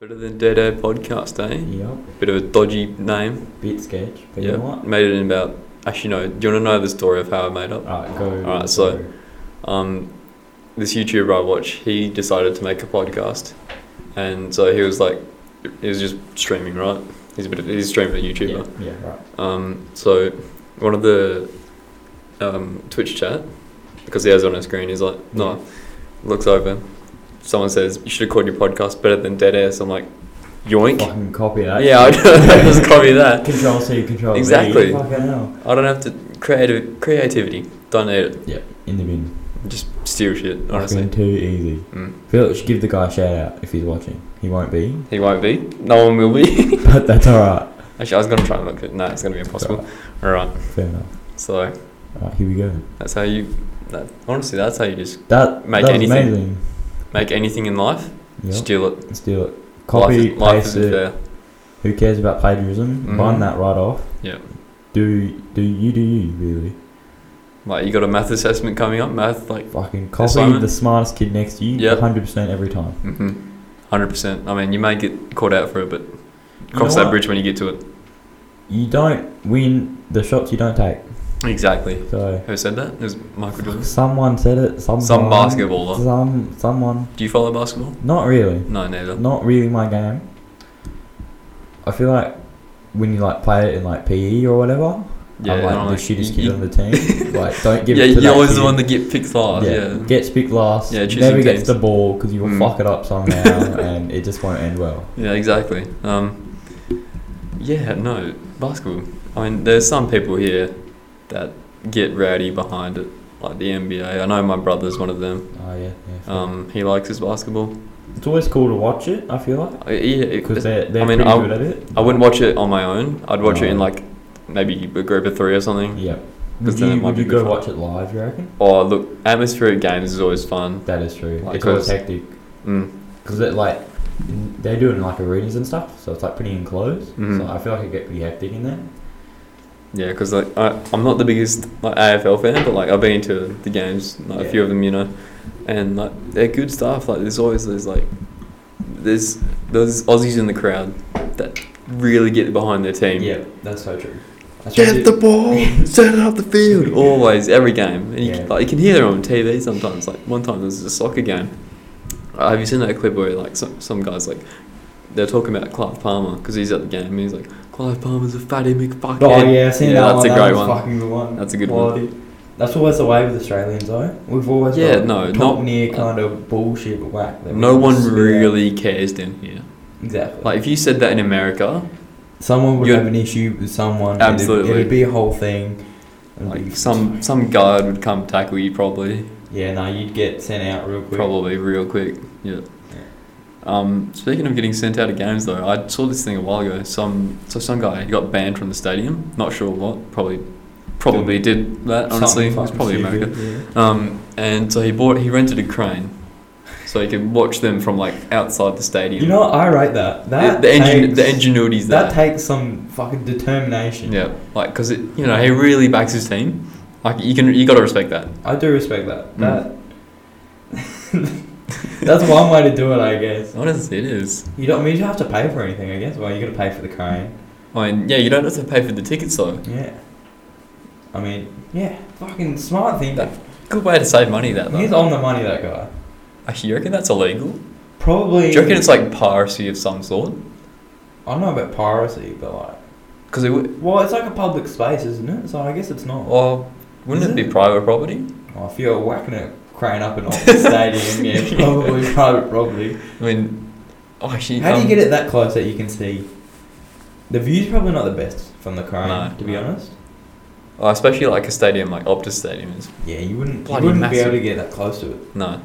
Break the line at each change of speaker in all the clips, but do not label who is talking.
Better than Dead Air Podcast, eh?
Yep,
Bit of a dodgy name.
bit sketch, but you
Yeah.
know what?
Made it in about. Actually, no. Do you want to know the story of how I made up?
Alright, go.
Alright, so-
go.
Um, this YouTuber I watch, he decided to make a podcast, and so he was like, he was just streaming, right? He's a bit of he's streaming a YouTuber.
Yeah, yeah, right.
Um, so one of the um, Twitch chat, because he has it on his screen, he's like, no, looks over. Someone says, you should have called your podcast better than Dead Air. So I'm like, yoink.
Fucking copy that.
Yeah, I just copy that.
Control C, Control V.
Exactly.
Fucking hell.
I don't have to, creative, creativity, don't need it.
In the bin.
Just steal shit, honestly.
Fucking too easy.
Mm.
Phil, should give the guy a shout out if he's watching. He won't be,
He won't be. No one will be.
but that's alright.
Actually, I was going to try and look at No, it's going to be impossible. All right.
Fair enough.
So
Alright, here we go.
that's how you, that, honestly, that's how you just
That,
Make
that
anything.
was amazing.
make anything in life,
Yep.
steal it.
Let's do it.
life,
Copy,
is- life
paste
isn't
it.
fair.
Who cares about plagiarism?
Mhm.
Bind that right off.
Yeah.
Do do you do you really?
Like you got a math assessment coming up, math like
Fucking copy
Simon?
the smartest kid next to you.
Yep.
Hundred percent every time.
mm-hmm, hundred percent. I mean, you may get caught out for it, but
You
cross
know
that
what?
bridge when you get to it.
You don't win the shots you don't take.
Exactly.
So
Who said that? It was Michael Jordan.
someone said it. Someone,
Some basketballer.
Some someone.
Do you follow basketball?
Not really.
No, neither.
Not really my game. I feel like when you like play it in like PE or whatever,
Yeah,
I'm like
I'm
the
like,
shittest
you-
kid
you-
on the team. like don't give
yeah,
it to
you're
that
always
kid.
the one that get picked last. Yeah. yeah.
Gets picked last.
Yeah, choosing
never gets
teams.
the ball because you'll
Mm.
fuck it up somehow, and it just won't end well.
exactly. Um, yeah, no basketball. I mean, there's some people here that get rowdy behind it, like the NBA. I know my brother's one of them.
Oh yeah. yeah fair.
Um, he likes his basketball.
it's always cool to watch it. I feel like
I- Yeah, it-
because they're they're
I mean,
pretty
I'll-
good at it.
I wouldn't watch it on my own. I'd watch it in
No.
like maybe a group of three or something.
Yeah.
'Cause
Would
then it
you,
might
would
be
you
good
go
fun.
watch it live? You reckon?
Oh, look, atmospheric games is always fun.
That is true.
Like,
it's always
'cause-
hectic
Mm.
because it like n- they're doing like arenas and stuff, so it's like pretty enclosed.
Mhm.
So I feel like it get pretty hectic in there.
Yeah, because like I, I'm not the biggest like AFL fan, but like I've been to the games, like a few
Yeah.
of them, you know, and like they're good stuff. Like there's always there's like there's those Aussies in the crowd that really get behind their team.
that's so true. That's
Get the ball, set it up the field. Always, every game, and you,
Yeah.
can, like, you can hear them on TV sometimes. Like one time, there was a soccer game. Uh, have you seen that clip where like some, some guys like they're talking about Clive Palmer because he's at the game and he's like, Clive Palmer's a fatty McFuckhead.
Oh yeah, I've seen
Yeah,
that
that's
one.
a
that
great
one's
one.
Fucking good one.
That's a good
Quality. That's always the way with Australians though. We've always
Yeah,
got
no,
top
not-
near kind of bullshit whack. that we
No one
just spit out.
really cares down here.
exactly.
Like if you said that in America,
someone would
you're-
have an issue with someone. and
Absolutely.
it'd, it'd be a whole thing. It'd be-
like some some guard would come tackle you probably,
Yeah, no, you'd get sent out real quick.
probably real quick. Yeah.
Yeah.
Um, speaking of getting sent out of games though, I saw this thing a while ago. Some so some guy he got banned from the stadium. Not sure what. Probably probably did that. Honestly,
Something
it was
fucking
probably America.
stupid, yeah.
Um, and so he bought he rented a crane, so he could watch them from like outside the stadium.
You know, what? I rate that.
the,
That
the, engin-
takes,
the ingenuity's there.
that takes some fucking determination.
Yeah, like because it, you know, he really backs his team. Like you can, you got to respect that.
I do respect that.
Mm.
That that's one way to do it, I guess.
Honestly, it is.
You don't I mean you don't have to pay for anything, I guess. Well, you got to pay for the crane.
I mean, yeah, you don't have to pay for the tickets though.
Yeah. I mean, yeah, fucking smart thing.
That- Good way to save money, that
He's
though.
on the money, that guy.
Actually, you reckon that's illegal?
Probably.
Do you reckon it's like piracy of some sort?
I don't know about piracy, but like,
Because it would,
well, it's like a public space, isn't it? So I guess it's not.
or wouldn't
Is
it be
it?
private property?
Well, Oh, if you're whacking a crane up an office stadium, yeah, probably private property.
I mean, oh, actually,
How do
um,
you get it that close that you can see? The view's probably not the best from the crane,
No,
to be
no.
honest.
oh, especially like a stadium like Optus Stadium is
Yeah, you wouldn't, you
Bloody
wouldn't be
massive.
able to get that close to it.
no.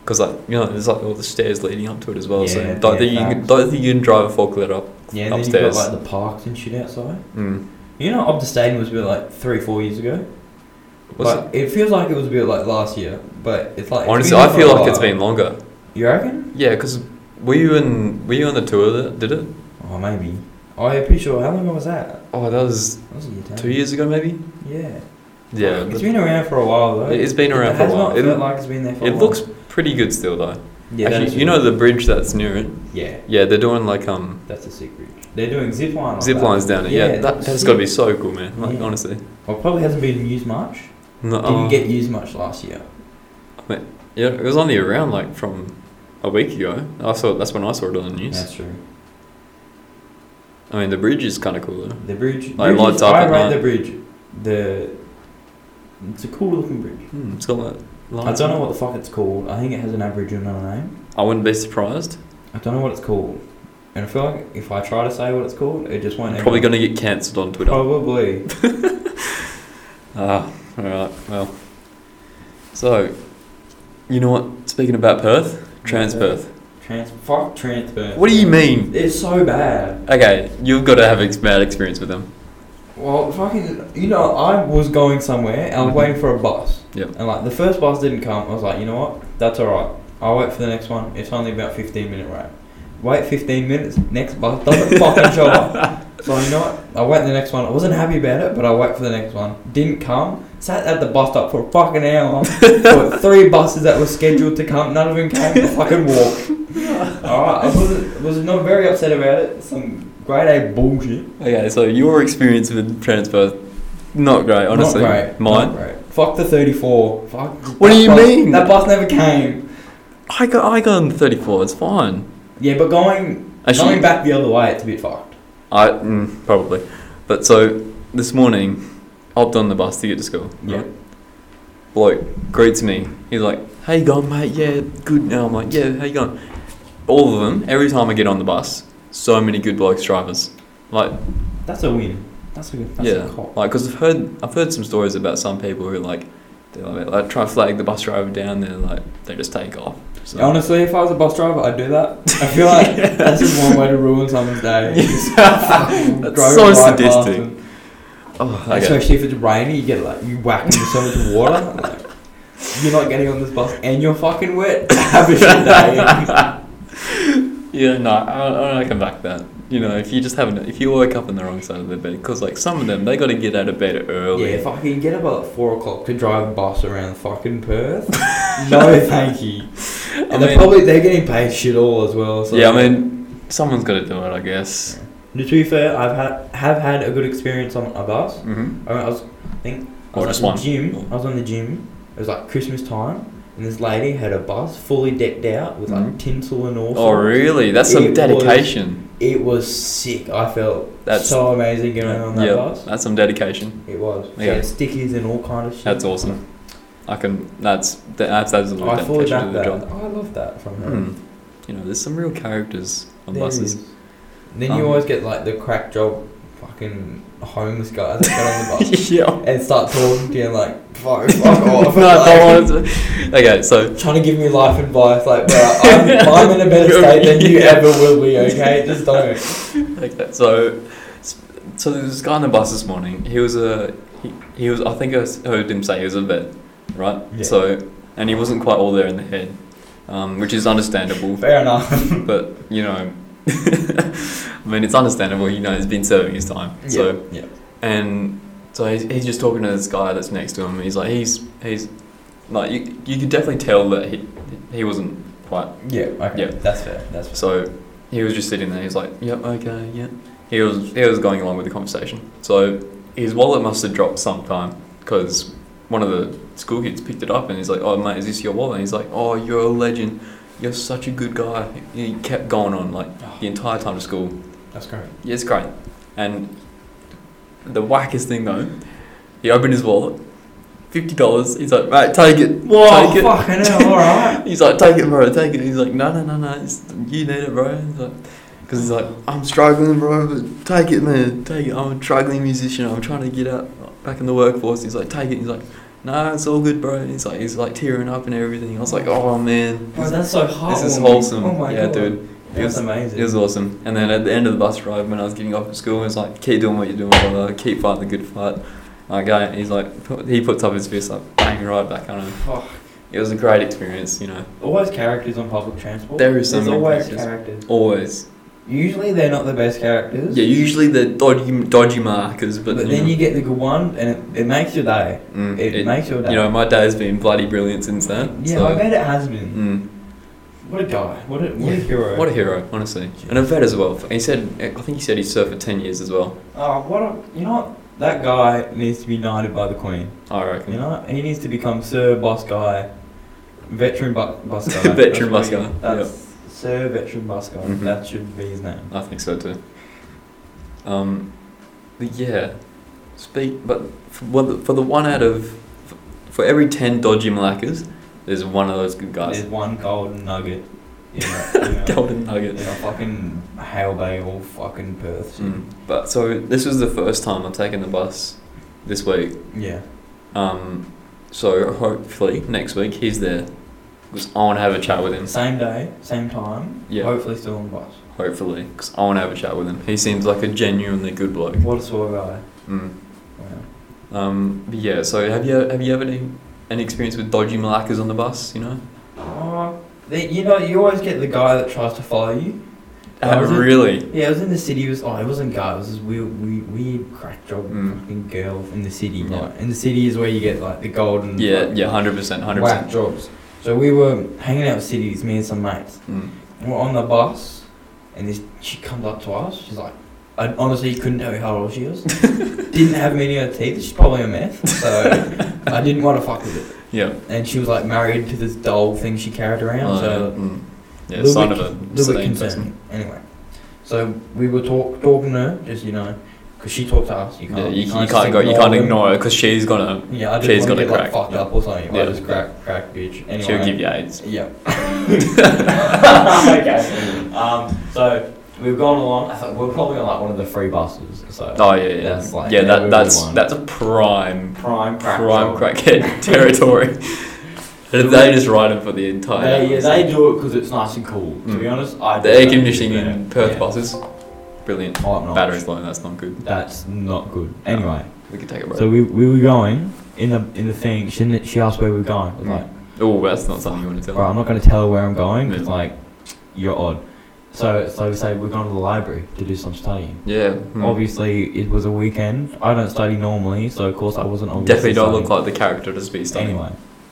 Because like you know, there's like all the stairs leading up to it as well. so
Yeah,
don't
yeah,
think you can,
facts.
don't think you can drive a forklift up.
Yeah, and then you've got
Upstairs.
like the parks and shit outside.
Mm.
You know, Optus Stadium was built like three, four years ago.
What's
like, it? feels like it was built like last year, but it's like. it's
Honestly,
been there
I
for
feel
a
like it's
while.
been longer.
You reckon?
Yeah, because were you in were you on the tour that did it?
Oh, maybe. Oh, yeah, pretty sure. How long ago was that?
Oh, that was
That was a year ten.
two years ago, maybe. Oh,
Yeah.
Yeah,
It's
but
been around for a while though.
It's been around
it
for a
has
while.
Not
It-
felt like it's been there for a
it
while.
looks pretty good still though. Yeah, Actually, you know the bridge that's near it.
Yeah,
Yeah, they're doing like um
that's a sick bridge. They're doing zip line. on
zip
that.
lines down it. Yeah, that,
that's
that's got to be
sick.
so cool, man. Like
Yeah.
honestly,
Well, probably hasn't been used much.
no,
Didn't
um,
get used much last year.
yeah, it was only around like from a week ago. I saw that's when I saw it on the news.
That's true.
I mean, the bridge is kind of cool though.
The bridge.
Like,
bridge
lights
is-
up
I
at
rate
night.
the bridge. The it's a cool looking bridge.
Hmm, it's got like
I
lights.
don't know what the fuck it's called. I think it has an Aboriginal name.
I wouldn't be surprised.
I don't know what it's called. And I feel like if I try to say what it's called, it just won't.
I'm
ever-
probably gonna get cancelled on Twitter.
Probably.
Ah, all right. Well, so you know what? Speaking about Perth, trans Perth.
Trans. Fuck transfer.
What do you mean?
It's so bad.
Okay, you've got to have a bad experience with them.
Well, fucking, you know, I was going somewhere and I was
Mhm.
waiting for a bus.
Yep.
And like the first bus didn't come, I was like, you know what, that's all right. I'll wait for the next one. It's only about fifteen minute ride. Wait fifteen minutes, next bus doesn't fucking show up. So you know what, I wait the next one. I wasn't happy about it, but I wait for the next one. Didn't come. Sat at the bus stop for a fucking hour. for three buses that were scheduled to come, none of them came. I fucking walked. all right, I wasn't, was not very upset about it. Some grade A bullshit.
Okay, so your experience with trans Perth, not great, honestly.
Not great.
Mine.
Not great. Fuck the 34. Fuck.
What do you
bus-
mean?
That bus never came.
I got I got on the thirty four. It's fine.
Yeah, but going
Actually,
going back the other way, it's a bit fucked.
I mm, probably, but so this morning, I hopped on the bus to get to school.
Yeah.
right? Bloke greets me. He's like, "How you going, mate? Yeah, good." Now I'm like, "Yeah, how you going?" All of them. Every time I get on the bus, so many good blokes drivers. Like,
That's a win. That's a good. That's
yeah,
a cop.
like because I've heard I've heard some stories about some people who like they like, like try to flag the bus driver down. They're like they just take off. So.
Honestly, if I was a bus driver, I'd do that. I feel like that's just one way to ruin someone's day. Just fucking
That's
drive
so
right past
sadistic.
them.
Oh, okay.
Especially if it's rainy, you get like you whack into so much water. Like, you're not getting on this bus, and you're fucking wet. Have a shit day.
Yeah, no, I, I don't reckon back that. You know, if you just haven't, if you wake up on the wrong side of the bed, because like some of them, they got to get out of bed early.
Yeah, fucking get up at like four o'clock to drive a bus around fucking Perth. no, thank you. And
I
they're
mean-
probably they're getting paid shit all as well. So
yeah, I mean, someone's got to do it, I guess.
to be fair, I've had have had a good experience on a bus.
Mm-hmm.
I, mean, I was, I think, I
Or
was
just
at
one.
the gym. I was on the gym. It was like Christmas time, and this lady had a bus fully decked out with like
Mhm.
tinsel and all.
Oh,
sorts.
really? That's some
It was-
dedication.
It was sick. I felt
That's-
so amazing getting on that
yeah,
bus.
that's some dedication.
It was.
Yeah.
Yeah, stickies and all kind of shit.
That's awesome. I can. That's that's absolutely
I fully
dedication to
back
the
that.
job.
I love that from her.
Hmm. You know, there's some real characters on
There
buses.
is. Then you
Um,
always get like the crack job, fucking homeless guy that get on the bus
yeah.
and start talking to you like, Oh, fuck, fuck
no,
off.
don't
like,
want to. Okay, so
Trying to give me life advice, like, bro, I'm, I'm in a better state than you
Yeah.
ever will be, okay? Just don't.
Okay, so so there was this guy on the bus this morning. He was a he, he was I think I s- heard him say he was a vet, right?
Yeah.
So and he wasn't quite all there in the head, um, which is understandable.
Fair enough.
but you know, I mean it's understandable. You know, he's been serving his time. So
yeah.
and so he's, he's just talking to this guy that's next to him. He's like he's he's like you you could definitely tell that he he wasn't quite
Yeah, okay.
Yeah.
That's fair. That's fair.
so he was just sitting there. He's like, "Yep, okay, yeah." He was he was going along with the conversation. So his wallet must have dropped sometime because one of the school kids picked it up and he's like, "Oh mate, is this your wallet?" And he's like, "Oh, you're a legend. You're such a good guy." He kept going on like the entire time to school.
Oh, That's great.
Yeah, it's great. And the wackest thing though, he opened his wallet, fifty dollars. He's like, "Right, take it,
Whoa,
take it."
fucking hell, alright.
He's like, take it, bro, take it. He's like, no, no, no, no, it's, you need it, bro. He's like, because he's like, I'm struggling, bro, but take it, man, take it. I'm a struggling musician. I'm trying to get out back in the workforce. He's like, take it. He's like, no, it's all good, bro. And he's like, he's like tearing up and everything. I was like, oh man,
Bro,
this,
that's so hot.
this is wholesome.
Oh my
yeah,
god.
dude,
That's
was-
amazing.
it was awesome. And then at the end of the bus ride, when I was getting off at school, it was like, keep doing what you're doing, brother. Keep fighting the good fight. Like, I- he's like, put- he puts up his fist, like, bang right back on him.
Fuck.
It was a great experience, you know.
Always characters on public transport.
There is so
There's
many
always
characters.
characters.
Always.
Usually they're not the best characters.
Yeah, usually the dodgy, dodgy markers,
But,
but,
then
know,
you get the good one, and it, it makes your day.
mm,
It,
it-
makes your day.
you know, my day has been bloody brilliant since then.
yeah,
so,
I bet it has been.
mm,
What a guy. What a, what a hero.
What a hero, honestly, and a vet as well. He said, I think he said he served for ten years as well.
Oh, what a, you know what? That guy needs to be knighted by the Queen.
I reckon.
You know, he needs to become Sir Bus Guy, veteran bu- bus guy.
Veteran
That's what
bus
he-
guy,
That's Sir Veteran Bus Guy.
Mhm.
That should be his name.
I think so too. Um, but yeah, speak. But for, well, the- for the one out of for, every ten dodgy Malakas, there's one of those good guys.
There's one golden nugget. In a, in a,
Golden
in
Nugget.
a fucking hail bagel, fucking Perth. shit.
Mm. But so this was the first time I've taken the bus this week.
Yeah.
Um, so hopefully next week he's there because I want to have a chat with him.
Same day, same time.
Yeah.
Hopefully still on the bus.
Hopefully, because I want to have a chat with him. He seems like a genuinely good bloke.
What a sore guy.
Mm.
Wow.
Um, but yeah, so have you have you ever any, any experience with dodgy Malakas on the bus? You know,
Oh, they, you know, you always get the guy that tries to follow you. I
oh,
was in-
really?
Yeah, I was in the city. It was oh, it wasn't guy. It was this weird, weird, weird crack job
Mm.
fucking girl in the city.
Yeah.
Right, and the city is where you get like the golden.
Yeah,
like,
yeah, hundred percent, hundred
whack
percent.
jobs. So we were hanging out with cities, me and some mates.
Mm.
And we're on the bus, and this chick comes up to us. She's like, I honestly couldn't tell you how old she was. didn't have many other teeth. She's probably a meth. So I didn't want to fuck with it.
Yeah.
And she was like married to this doll thing she carried around.
Uh,
so
mm. Yeah,
little
sign
bit-
of a
little bit
sane
concerning.
person.
Anyway, so we were talk, talking to her, just you know, because she talked to us. You can't,
Yeah, you, you
just
can't go, you
ignore
can't
them.
ignore her because she's gonna,
Yeah, I just
She's
want
gonna
to get like
crack,
fucked
yeah.
up or something.
Yeah.
I just crack, crack, bitch. Anyway,
she'll give you AIDS.
Yeah. okay. Um, so we've gone along. I thought we we're probably on like one of the free buses. So
Oh yeah, yeah,
That's like
yeah. That
everyone.
that's that's a prime
prime crack.
prime
job.
crackhead territory. and they just ride them for the entire.
They, yeah, they do it because it's nice and cool. To
Mm.
be honest, I
the
do
air
that.
conditioning
Yeah.
in Perth
Yeah.
buses, brilliant.
Oh, no.
Batteries low, that's not good.
That's not good. Anyway,
We could take a break.
So we, we were going in the in the thing. She didn't- she asked where we were going. I was like,
oh, that's not something you want to tell.
bro, I'm not going to tell her where I'm going. 'cause,
Yeah.
like, you're odd. So so we say we're going to the library to do some studying.
Yeah.
Mm.
hmm.
Obviously, it was a weekend. I don't study normally, so of course I wasn't.
Definitely
obviously
don't look
studying.
like the character to be studying.
Anyway,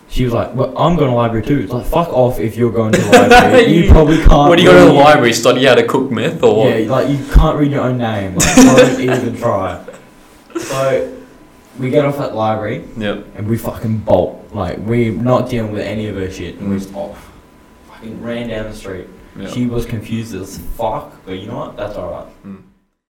she was like, well, I'm going to the library too. It's like, fuck off if you're going to the library. you,
You-
probably can't.
What do you go to the
read-
library? Study how to cook meth or what?
Yeah, like you can't read your own name. Like, don't even try. So we get off at library.
Yep.
and we fucking bolt. Like we're not dealing with any of her shit, and we just off. Fucking ran down the street.
yep.
She was confused as fuck, but you know what? That's alright.
Mm.